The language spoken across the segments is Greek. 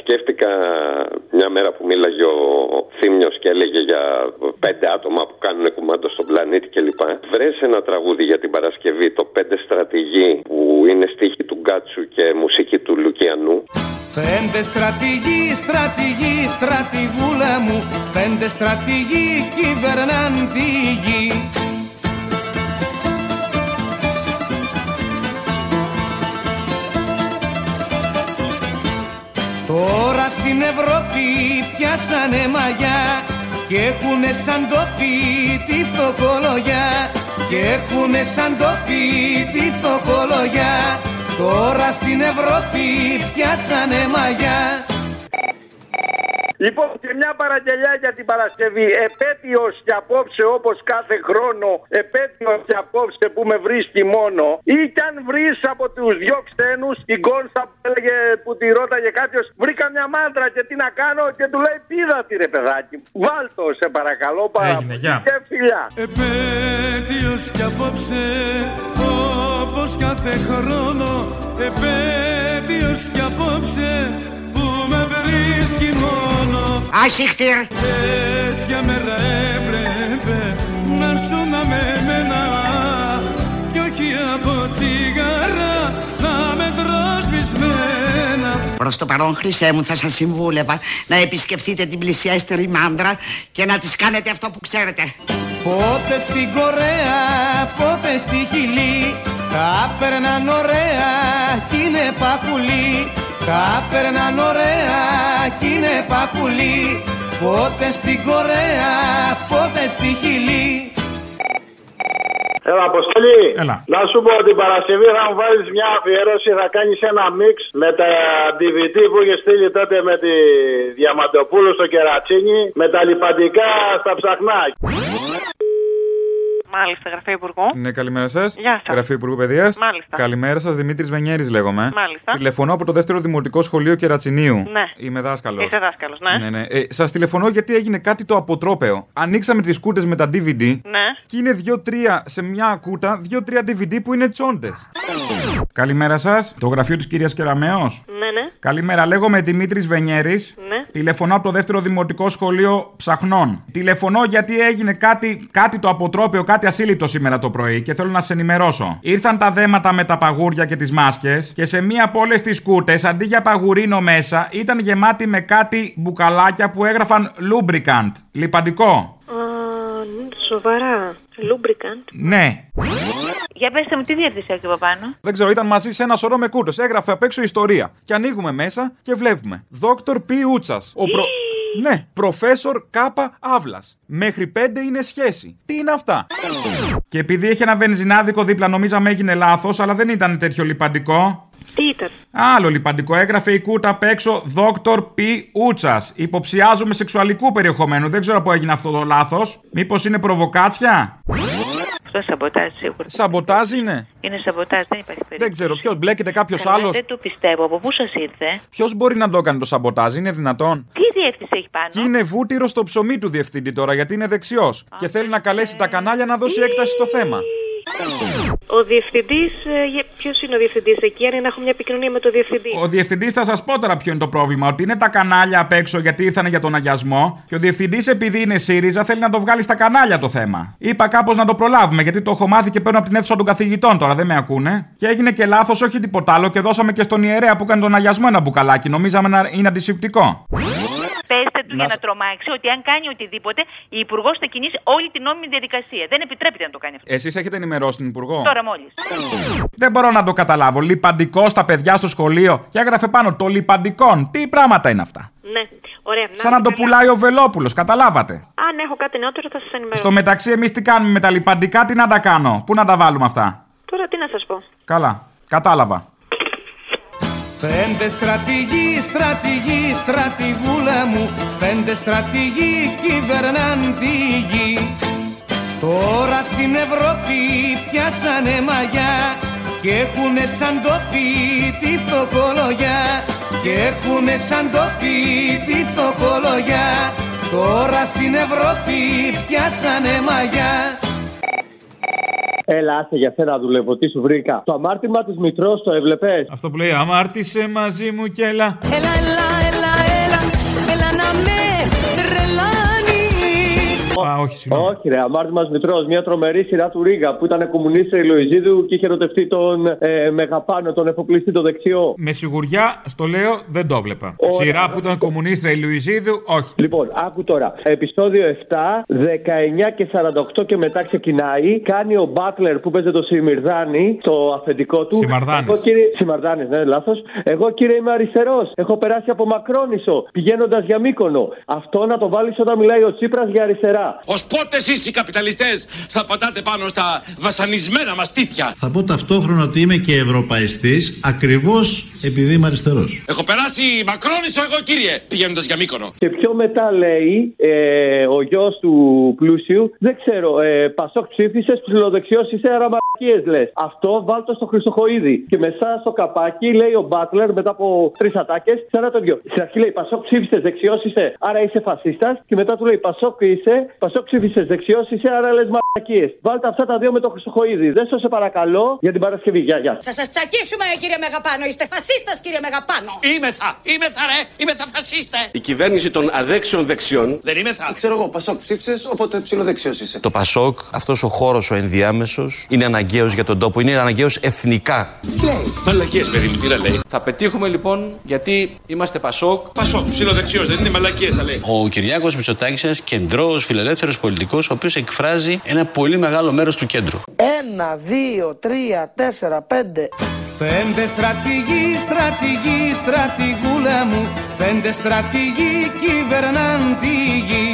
σκέφτηκα μια μέρα που μίλαγε ο Θήμιος και έλεγε για πέντε άτομα που κάνουν κουμάντο στον πλανήτη κλπ. Βρες ένα τραγούδι για την Παρασκευή, το Πέντε Στρατηγοί, που είναι στίχη του Γκάτσου και μουσική του Λουκιανού. Πέντε στρατηγοί, στρατηγοί, στρατηγούλα μου, πέντε στρατηγοί κυβερνάν τη γη. Τώρα στην Ευρώπη πιάσανε μαγιά και έχουνε σαν τόπι τη φτωχολογιά και έχουνε σαν τόπι τη φτωχολογιά τώρα στην Ευρώπη πιάσανε μαγιά Λοιπόν, και μια παραγγελιά για την Παρασκευή. Επέτειος και απόψε, όπως κάθε χρόνο, επέτειος και απόψε που με βρίσκει μόνο. Ή κι αν βρεις από τους δυο ξένους, την Κόνστα που, έλεγε, που τη ρώταγε κάποιος, βρήκα μια μάντρα και τι να κάνω, και του λέει πίδα τη ρε παιδάκι. Βάλτο, σε παρακαλώ, Έγινε, γεια. Και φιλιά. Επέτειος κι απόψε όπως κάθε χρόνο Επέτειος κι απόψε που με βρίσκει μόνο Άσυχτηρ. Τέτοια μέρα έπρεπε να σου να με μένα Κι όχι από τσιγάρα να με τροσβησμένα Προς το παρόν, Χρυσέ μου, θα σας συμβούλευα να επισκεφτείτε την πλησιέστερη μάντρα και να της κάνετε αυτό που ξέρετε. Πότε στην Κορέα, πότε στη Χιλή Τα περνάν ωραία κι είναι παπουλί Τα περνάν ωραία κι είναι παπουλί Πότε στην Κορέα, πότε στη Χιλή Έλα, Ε, Αποστολή. Έλα. Να σου πω την Παρασκευή θα μου βάλει μια αφιέρωση, θα κάνεις ένα μίξ με τα DVD που είχε στείλει τότε με τη Διαμαντοπούλου στο Κερατσίνι, με τα λιπαντικά στα ψαχνά. Μάλιστα, γραφείο Υπουργού. Ναι, καλημέρα σας. Γεια σας. Γραφείο Υπουργού Παιδείας. Μάλιστα. Καλημέρα σας, Δημήτρης Βενιέρης λέγομαι. Μάλιστα. Τηλεφωνώ από το δεύτερο δημοτικό σχολείο Κερατσινίου. Ναι. Είμαι δάσκαλος. Είστε δάσκαλος, ναι. Ναι, ναι. Ε, σας τηλεφωνώ γιατί έγινε κάτι το αποτρόπαιο. Ανοίξαμε τις κούτε με τα DVD. Ναι. Και είναι δύο-τρία σε μια κούτα, δύο-τρία DVD που είναι τσόντες. Καλημέρα σας. Το γραφείο της κυρίας Κεραμέο. Ναι, ναι. Καλημέρα, λέγομαι Δημήτρης Βενιέρης. Ναι. Τηλεφωνώ από το δεύτερο δημοτικό σχολείο Ψαχνών. Τηλεφωνώ γιατί έγινε κάτι, κάτι το αποτρόπαιο, κάτι ασύλληπτο σήμερα το πρωί και θέλω να σε ενημερώσω. Ήρθαν τα δέματα με τα παγούρια και τις μάσκες και σε μία από όλες τις κούτε, αντί για παγουρίνο μέσα, ήταν γεμάτη με κάτι μπουκαλάκια που έγραφαν lubricant. Λιπαντικό. Α, σοβαρά. Λούμπρικαντ. Ναι. Για πετε μου, τι διεύθυνση έχει από πάνω. Δεν ξέρω, ήταν μαζί σε ένα σωρό με κούτε. Έγραφε απ' έξω ιστορία. Και ανοίγουμε μέσα και βλέπουμε. Δόκτωρ Πι Ούτσας. Ο προ... Ναι, προφέσορ Κάπα Αύλα. Μέχρι πέντε είναι σχέση. Τι είναι αυτά. Και επειδή έχει ένα βενζινάδικο δίπλα, νομίζαμε έγινε λάθος, αλλά δεν ήταν τέτοιο λιπαντικό. Τι ήταν. Άλλο λιπαντικό έγραφε η κούτα απ' έξω Δόκτωρ Πι Ούτσας. Υποψιάζομαι σεξουαλικού περιεχομένου. Δεν ξέρω πού έγινε αυτό το λάθος. Μήπως είναι προβοκάτσια. Αυτό σαμποτάζ σίγουρα. Σαμποτάζ είναι. Είναι σαμποτάζ, δεν υπάρχει περίπτωση. Δεν ξέρω ποιος. Μπλέκεται κάποιος Καλά, άλλος. Δεν του πιστεύω. Από πού σας ήρθε. Ποιος μπορεί να το κάνει το σαμποτάζ, είναι δυνατόν. Τι διεύθυνση έχει πάνω. Και είναι βούτυρο στο ψωμί του διευθυντή τώρα, γιατί είναι δεξιός. Και θέλει να καλέσει τα κανάλια να δώσει έκταση στο θέμα. Ο διευθυντής. Ποιος είναι ο διευθυντής εκεί, αν να έχω μια επικοινωνία με τον διευθυντή. Ο διευθυντής θα σας πω τώρα ποιο είναι το πρόβλημα. Ότι είναι τα κανάλια απ' έξω γιατί ήρθαν για τον αγιασμό. Και ο διευθυντής, επειδή είναι ΣΥΡΙΖΑ, θέλει να το βγάλει στα κανάλια το θέμα. Είπα κάπως να το προλάβουμε, γιατί το έχω μάθει και παίρνω από την αίθουσα των καθηγητών τώρα, δεν με ακούνε. Και έγινε και λάθος, όχι τίποτα άλλο. Και δώσαμε και στον ιερέα που έκανε τον αγιασμό ένα μπουκαλάκι. Νομίζαμε να είναι αντισηπτικό. Πέστε Να του για να σε- τρομάξει ότι αν κάνει οτιδήποτε, η υπουργό θα κινήσει όλη την νόμιμη διαδικασία. Δεν επιτρέπεται να το κάνει αυτό. Εσείς έχετε ενημερώσει την Υπουργό. Τώρα μόλις. Δεν μπορώ να το καταλάβω. Λιπαντικό στα παιδιά στο σχολείο και έγραφε πάνω το λιπαντικόν. Τι πράγματα είναι αυτά. Ναι, ωραία. Σαν να το πουλάει ο Βελόπουλος, Ναι. καταλάβατε. Αν έχω κάτι νεότερο θα σας ενημερώσω. Στο μεταξύ, εμείς τι κάνουμε με τα λιπαντικά, τι να τα κάνω, πού να τα βάλουμε αυτά. Τώρα τι να σας πω. Καλά, κατάλαβα. Πέντε στρατηγοί, στρατηγοί, στρατηγούλα μου Πέντε στρατηγοί κυβερνάν τη γη Τώρα στην Ευρώπη πιάσανε μαγιά Και έχουνε σαν τόπι τη φτωχολογιά Και έχουνε σαν τόπι τη φτωχολογιά Τώρα στην Ευρώπη πιάσανε μαγιά Έλα, άσε για σένα δουλεύω, τι σου βρήκα. Το αμάρτημα της Μητρός το έβλεπες. Αυτό που λέει Αμάρτησε μαζί μου και έλα. Έλα, έλα, έλα, Α, όχι, ε, συγγνώμη. Όχι, ρε, αμάρτημα Μητρός. Μια τρομερή σειρά του Ρίγα που ήταν κομμουνίστρια η Λοϊζίδου και είχε ερωτευτεί τον ε, Μεγαπάνο, τον εφοπλιστή, τον δεξιό. Με σιγουριά στο λέω δεν το βλέπα. Ωραία. Σειρά που ήταν κομμουνίστρα η Λουιζίδου, όχι. Λοιπόν, άκου τώρα. Επιστόδιο 7, 19 και 48 και μετά ξεκινάει. Κάνει ο Μπάτλερ που παίζει το Σιμυρδάνη, το αφεντικό του. Σιμαρδάνης. Εγώ, κύριε... Σιμαρδάνης, ναι, λάθος. Εγώ κύριε είμαι αριστερός. Έχω περάσει από Μακρόνισο, πηγαίνοντας για Μύκονο. Αυτό να το βάλεις όταν μιλάει ο Τσίπρας για αριστερά. Ως πότες εσεί οι καπιταλιστές θα πατάτε πάνω στα βασανισμένα μας τύχια. Θα πω ταυτόχρονα ότι είμαι και ευρωπαϊστής ακριβώς επειδή είμαι αριστερός. Έχω περάσει μακρόνισο εγώ κύριε, πηγαίνοντας για Μύκονο. Και πιο μετά λέει ε, ο γιος του πλούσιου, δεν ξέρω, ε, Πασόκ ψήφισες, ψηλοδεξιός είσαι, άρα μαλακίες λες. Αυτό βάλτο στο Χριστοχοίδη. Και μετά στο καπάκι λέει ο Μπάτλερ μετά από τρεις ατάκες, σαν το δυο. Στην αρχή λέει Πασόκ ψήφισες, δεξιός είσαι, άρα είσαι φασίστας. Και μετά του λέει Πασόκ είσαι, Πασόκ ψήφισες, δεξιός είσαι, άρα λες μαλακίες. Βάλτε αυτά τα δύο με το Χριστοχοίδη. Δεν σε παρακαλώ για την Παρασκευή. Γεια, γεια. Θα σας τσακίσουμε, ε, κύριε Μεγαπάνο. Είστε φασίστας, κύριε Μεγαπάνο. Είμαι θα, είμαι θα ρε, είμαι θα φασίστε. Η κυβέρνηση των αδέξεων δεξιών Δεν είμαι θα. Ξέρω εγώ, Πασόκ ψήφισες, οπότε ψηλοδεξιός είσαι. Το Πασόκ, αυτός ο χώρος ο ενδιάμεσος, είναι αναγκαίος για τον τόπο, είναι αναγκαίος εθνικά. Τι λέει. Μαλακίες παιδί μου, τι να λέει. Θα πετύχουμε λοιπόν γιατί είμαστε Πασόκ. Πασόκ, ψηλοδεξιός, δεν είναι μαλακίες θα λέει. Ο Κυριάκος Μητσοτάκης ένας κεντρός φιλελεύθερος πολιτικός ο οποίος εκφράζει ένα πολύ μεγάλο μέρος του κέντρου. Ένα, δύο, τρία, τέσσερα, πέντε. Πέντε στρατηγοί, στρατηγοί, στρατηγούλα μου Πέντε στρατηγοί κυβερνάν τη γη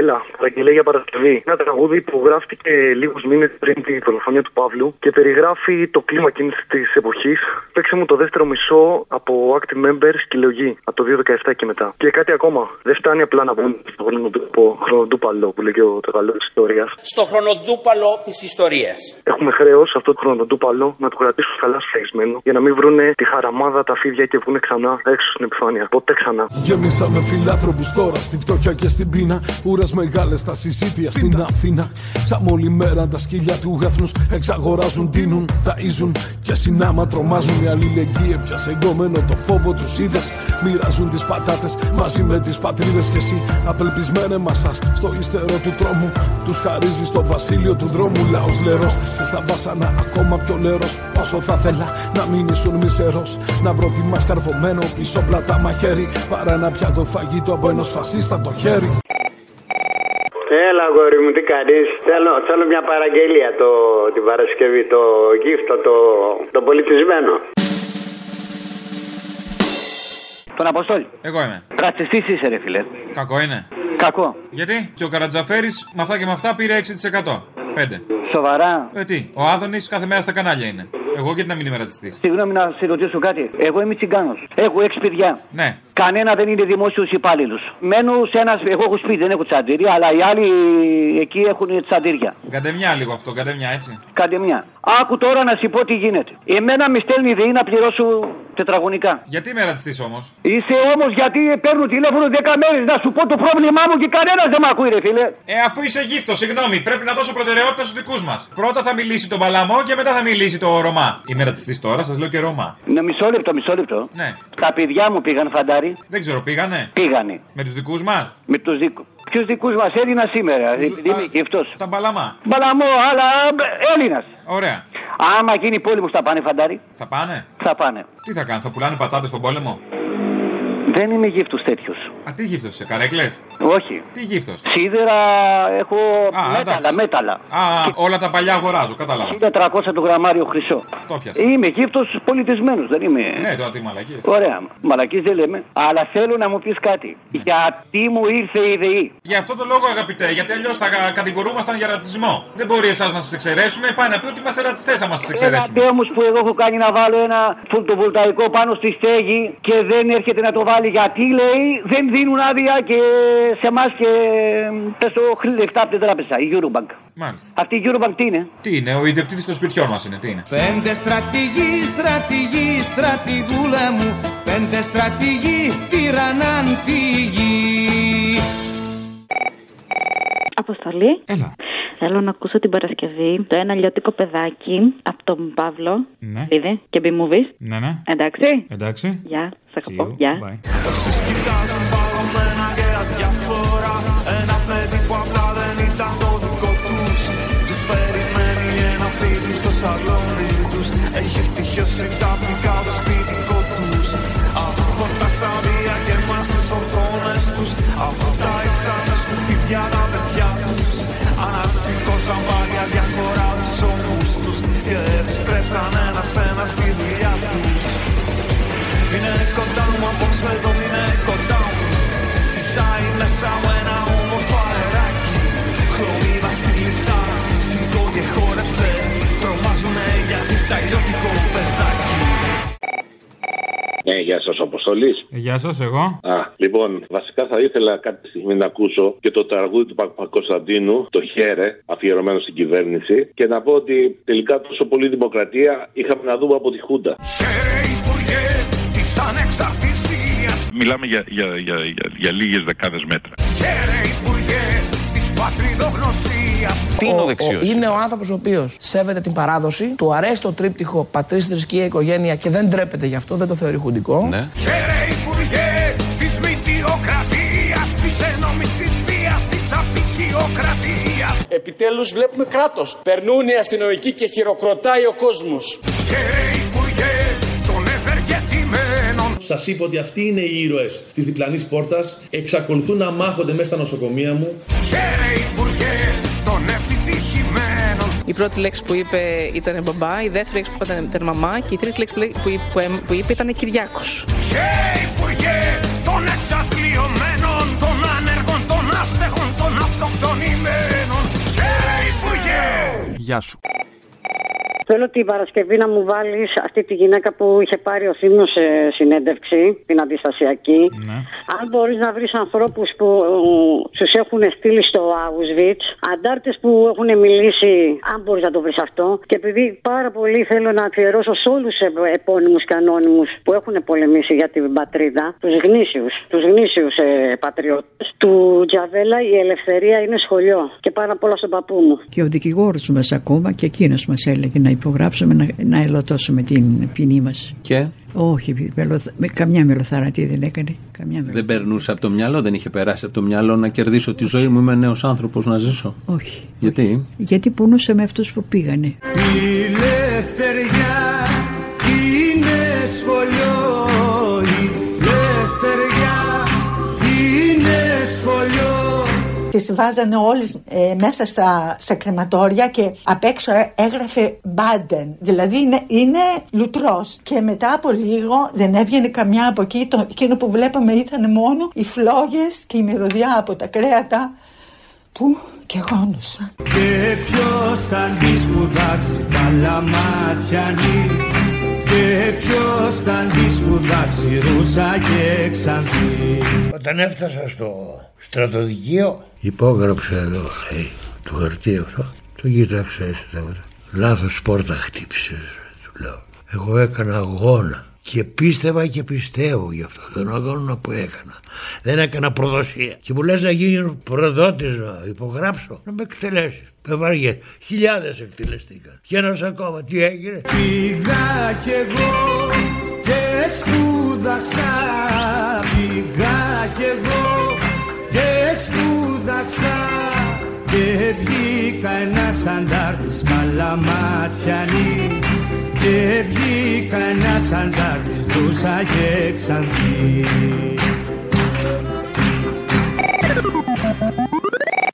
Έλα, παραγγελία για Παρασκευή. Ένα τραγούδι που γράφτηκε λίγους μήνες πριν τη δολοφονία του Παύλου και περιγράφει το κλίμα εκείνης της εποχής. Παίξε μου το δεύτερο μισό από active members και λογή από το 2017 και μετά. Και κάτι ακόμα. Δεν φτάνει απλά να πούμε στο χρονοτούπο- χρονοτούπαλο που λέει και ο τραγαλό της ιστορίας. στο χρονοτούπαλο της ιστορίας. Έχουμε χρέος αυτό το χρονοτούπαλο να το κρατήσουμε καλά σφαγισμένο για να μην βρούνε τη χαραμάδα τα φίδια και βγουν ξανά έξω στην επιφάνεια. Ποτέ ξανά. Γέμισα με φιλάνθρωπους τώρα στη φτώχεια και στην πείνα. Ούρε μεγάλες στα συσίτια στην Αθήνα. Σαν όλη μέρα τα σκυλιά του γέφνους εξαγοράζουν, τίνουν, ταΐζουν και συνάμα τρομάζουν. Η αλληλεγγύη έπιασε εγκόμενο το φόβο τους είδες. Μοιράζουν τις πατάτες μαζί με τις πατρίδες. Και εσύ απελπισμένε μασά στο ύστερο του τρόμου. Τους χαρίζει στο βασίλειο του δρόμου. Λαός λερός και στα βάσανα ακόμα πιο λερός. Πόσο θα θέλα να μην ήσουν μισερός. Να προτιμάς καρφωμένο πίσω πλατά μαχαίρι. Παρά να πιάτο φαγητό από ενός φασίστα το χέρι. Έλα, γόρι μου, τι κάνεις. Θέλω, θέλω μια παραγγελία το, την Παρασκευή, το γύφτο, το, το πολιτισμένο. Τον Αποστόλη. Εγώ είμαι. Ρατσιστής είσαι, ρε φιλέ. Κακό είναι. Κακό. Γιατί και ο Καρατζαφέρης με αυτά και με αυτά πήρε 6%. 5. Σοβαρά. Ε, τι, ο Άδωνης κάθε μέρα στα κανάλια είναι. Εγώ γιατί να μην είμαι ρατσιστή. Συγγνώμη να σε ρωτήσω κάτι. Εγώ είμαι τσιγκάνος. Έχω έξι παιδιά. Ναι. Κανένα δεν είναι δημόσιος υπάλληλος. Μένω σε ένας. Εγώ έχω σπίτι, δεν έχω τσαντήρια, αλλά οι άλλοι εκεί έχουν τσαντήρια. Καντεμιά λίγο αυτό, καντεμιά έτσι. Κάντε μια. Άκου τώρα να σου πω τι γίνεται. Εμένα με στέλνει η ΔΕΗ να πληρώσω τετραγωνικά. Γιατί είμαι ρατσιστή όμως. Είσαι όμως γιατί παίρνω τηλέφωνο 10 μέρε να σου πω το πρόβλημά μου και κανένας δεν με ακούει, ρε φίλε. Ε, αφού είσαι γύφτος, συγγνώμη, πρέπει να δώσω προτεραιότητα στους δικούς μας. Πρώτα θα μιλήσει τον Παλαμό και μετά θα μιλήσει το Ρωμά. Είμαι ρατσιστής τώρα, σας λέω και Ρωμά. Ναι, μισό λεπτό, μισό λεπτό. Ναι. Τα παιδιά μου πήγαν φαντάρι. Δεν ξέρω, πήγανε. Πήγανε. Με τους δικούς μας. Με τους δικούς. Ποιους δικούς μας Έλληνας σήμερα, ε, επειδή είμαι γευτό. Τα μπαλαμά. Μπαλαμό, αλλά Έλληνας. Ωραία. Άμα γίνει πόλεμος, θα πάνε φαντάρι. Θα πάνε. Θα πάνε. Τι θα κάνουν, θα πουλάνε πατάτες στον πόλεμο. Δεν είμαι γύφτος τέτοιος. Α, τι γύφτος είσαι, καρέκλες. Όχι. Τι γύφτος. Σίδερα έχω μέταλλα, εντάξει. μέταλλα. Α, όλα τα παλιά αγοράζω, κατάλαβα. 1400 το γραμμάριο χρυσό. Το πιάσα. Είμαι γύφτος πολιτισμένος, δεν είμαι. Ναι, τώρα τι μαλακίες. Ωραία, μαλακή δεν λέμε. Αλλά θέλω να μου πεις κάτι. Ναι. Γιατί μου ήρθε η ΔΕΗ. Γι' αυτό το λόγο, αγαπητέ, γιατί αλλιώς θα κα- κατηγορούμασταν για ρατσισμό. Δεν μπορεί εσάς να σας εξαιρέσουμε. Πάει να πει ότι είμαστε ρατσιστές, άμα σας εξαιρέσουμε. Έλατε όμω που εγώ έχω κάνει να βάλω ένα φωτοβολταϊκό πάνω στη στέγη και δεν έρχεται να το βάλει γιατί λέει δεν δίνουν άδεια και σε εμάς και πέσω λεφτά από την τράπεζα, η Eurobank. Μάλιστα. Αυτή η Eurobank τι είναι. Τι είναι, ο ιδιοκτήτης των σπιτιών μας είναι, τι είναι. Πέντε στρατηγοί, στρατηγοί, στρατηγούλα μου Πέντε στρατηγοί τυραννάν τη γη Αποστολή. Έλα. Θέλω να ακούσω την Παρασκευή το ένα λιώτικο παιδάκι από τον Παύλο. Ναι. Βίδη και B-movies. Ναι, ναι. Εντάξει. Εντάξει. Γεια. Σ' See αγαπώ. you. Γεια. Bye. Κοιτάζουν παγωμένα και αδιαφορά Ανασήκωσαν πάλι αδιαφορά τους ώμους τους Και επιστρέψαν ένας ένας στη δουλειά τους Είναι κοντά μου απόψε εδώ είναι κοντά μου Φυσάει μέσα μου ένα όμορφο αεράκι Χρωμή βασίλισσα Σηκώ και χόρεψε Τρομάζουνε γιατί σ' αλλιώτικο παιδάκι Ναι, γεια σας, Αποστολής. Γεια σας, εγώ. Α, λοιπόν, βασικά θα ήθελα κάποια στιγμή να ακούσω και το τραγούδι του Παπα- Κωνσταντίνου, το Χέρε, αφιερωμένο στην κυβέρνηση, και να πω ότι τελικά τόσο πολύ δημοκρατία είχαμε να δούμε από τη Χούντα. Υπουργέ της ανεξαρτησίας Μιλάμε για, για, για, για, για λίγες δεκάδες μέτρα. Χαίρε Υπουργέ της πατριδογνωσίας Τι είναι ο δεξιός? είναι ο άνθρωπος ο οποίος σέβεται την παράδοση, του αρέσει το τρίπτυχο πατρί, θρησκεία, οικογένεια και δεν τρέπεται γι' αυτό, δεν το θεωρεί χουντικό. Χαίρε Υπουργέ της μητιοκρατίας Της ενόμης της βίας της απικιοκρατίας Επιτέλους βλέπουμε κράτος. Περνούν οι αστυνομικοί και χειροκροτάει ο κόσμος. Υπουργέ των ευεργετημένων Σας είπα ότι αυτοί είναι οι ήρωες της διπλανής πόρτας. Εξακολουθούν να μάχονται μέσα στα νοσοκομεία μου. Χαίρε Υπουργέ των επιτυχημένων Η πρώτη λέξη που είπε ήταν μπαμπά, η δεύτερη λέξη που ήταν, ήταν μαμά και η τρίτη λέξη που, λέ- που, που, έμ- που είπε ήταν Κυριάκος. Χαίρε Υπουργέ των εξαθλειωμένων Των ανέργων, των άστεγων, των αυτοκτονημένων Χαίρε Υπουργέ Γεια σου. Θέλω την Παρασκευή να μου βάλεις αυτή τη γυναίκα που είχε πάρει ο Θήμιος σε συνέντευξη, την αντιστασιακή. Αν μπορείς να βρεις ανθρώπους που τους έχουν στείλει στο Auschwitz, αντάρτες που έχουν μιλήσει, αν μπορείς να το βρεις αυτό. Και επειδή πάρα πολύ θέλω να αφιερώσω σε όλους τους επώνυμους και ανώνυμους που έχουν πολεμήσει για την πατρίδα, τους γνήσιους, τους γνήσιους ε, πατριώτες. Του Τζαβέλα η ελευθερία είναι σχολείο και πάνω απ' όλα στον παππού μου. Και ο δικηγόρος μας ακόμα και εκείνος μας έλεγε να υπογράψουμε να, να ελωτώσουμε την ποινή μας. Και Όχι, μελοθ- με- καμιά μελοθαρατή δεν έκανε. Καμιά μελο... δεν περνούσε από το μυαλό, δεν είχε περάσει από το μυαλό να κερδίσω τη ζωή μου. Είμαι νέος άνθρωπος να ζήσω. Όχι. Γιατί. Γιατί πονούσε με αυτούς που πήγανε. Η λευτεριά είναι σχολείο. Η λευτεριά είναι σχολείο. Τις βάζανε όλες ε, μέσα στα, στα κρεματόρια και απ' έξω έ- έγραφε Μπάντεν. Δηλαδή είναι, είναι λουτρός. Και μετά από λίγο δεν έβγαινε καμιά από εκεί. Το, εκείνο που βλέπαμε ήταν μόνο οι φλόγες και η μυρωδιά από τα κρέατα που και γόνουσαν. Και ποιος θα τη σπουδάξει καλαματιανή Και ποιος θα τη σπουδάξει ρούσα και εξαντή Όταν έφτασα στο στρατοδικείο, υπόγραψα εδώ ε, το χαρτί αυτό. Το κοίταξα έτσι τα βρε. Λάθος πόρτα χτύπησες, του λέω. Εγώ έκανα αγώνα και πίστευα και πιστεύω γι' αυτό τον αγώνα που έκανα. Δεν έκανα προδοσία. Και μου λες να γίνω προδότης να υπογράψω, να με εκτελέσεις. Με βαριέ. Χιλιάδες εκτελεστήκαν. Και ένας ακόμα. Τι έγινε. Πήγα κι εγώ και σπούδαξα Πήγα κι εγώ και σπούδαξα Και βγήκα ένας αντάρτης καλαματιανή Και βγήκα ένας αντάρτης ντούσα και εξαντή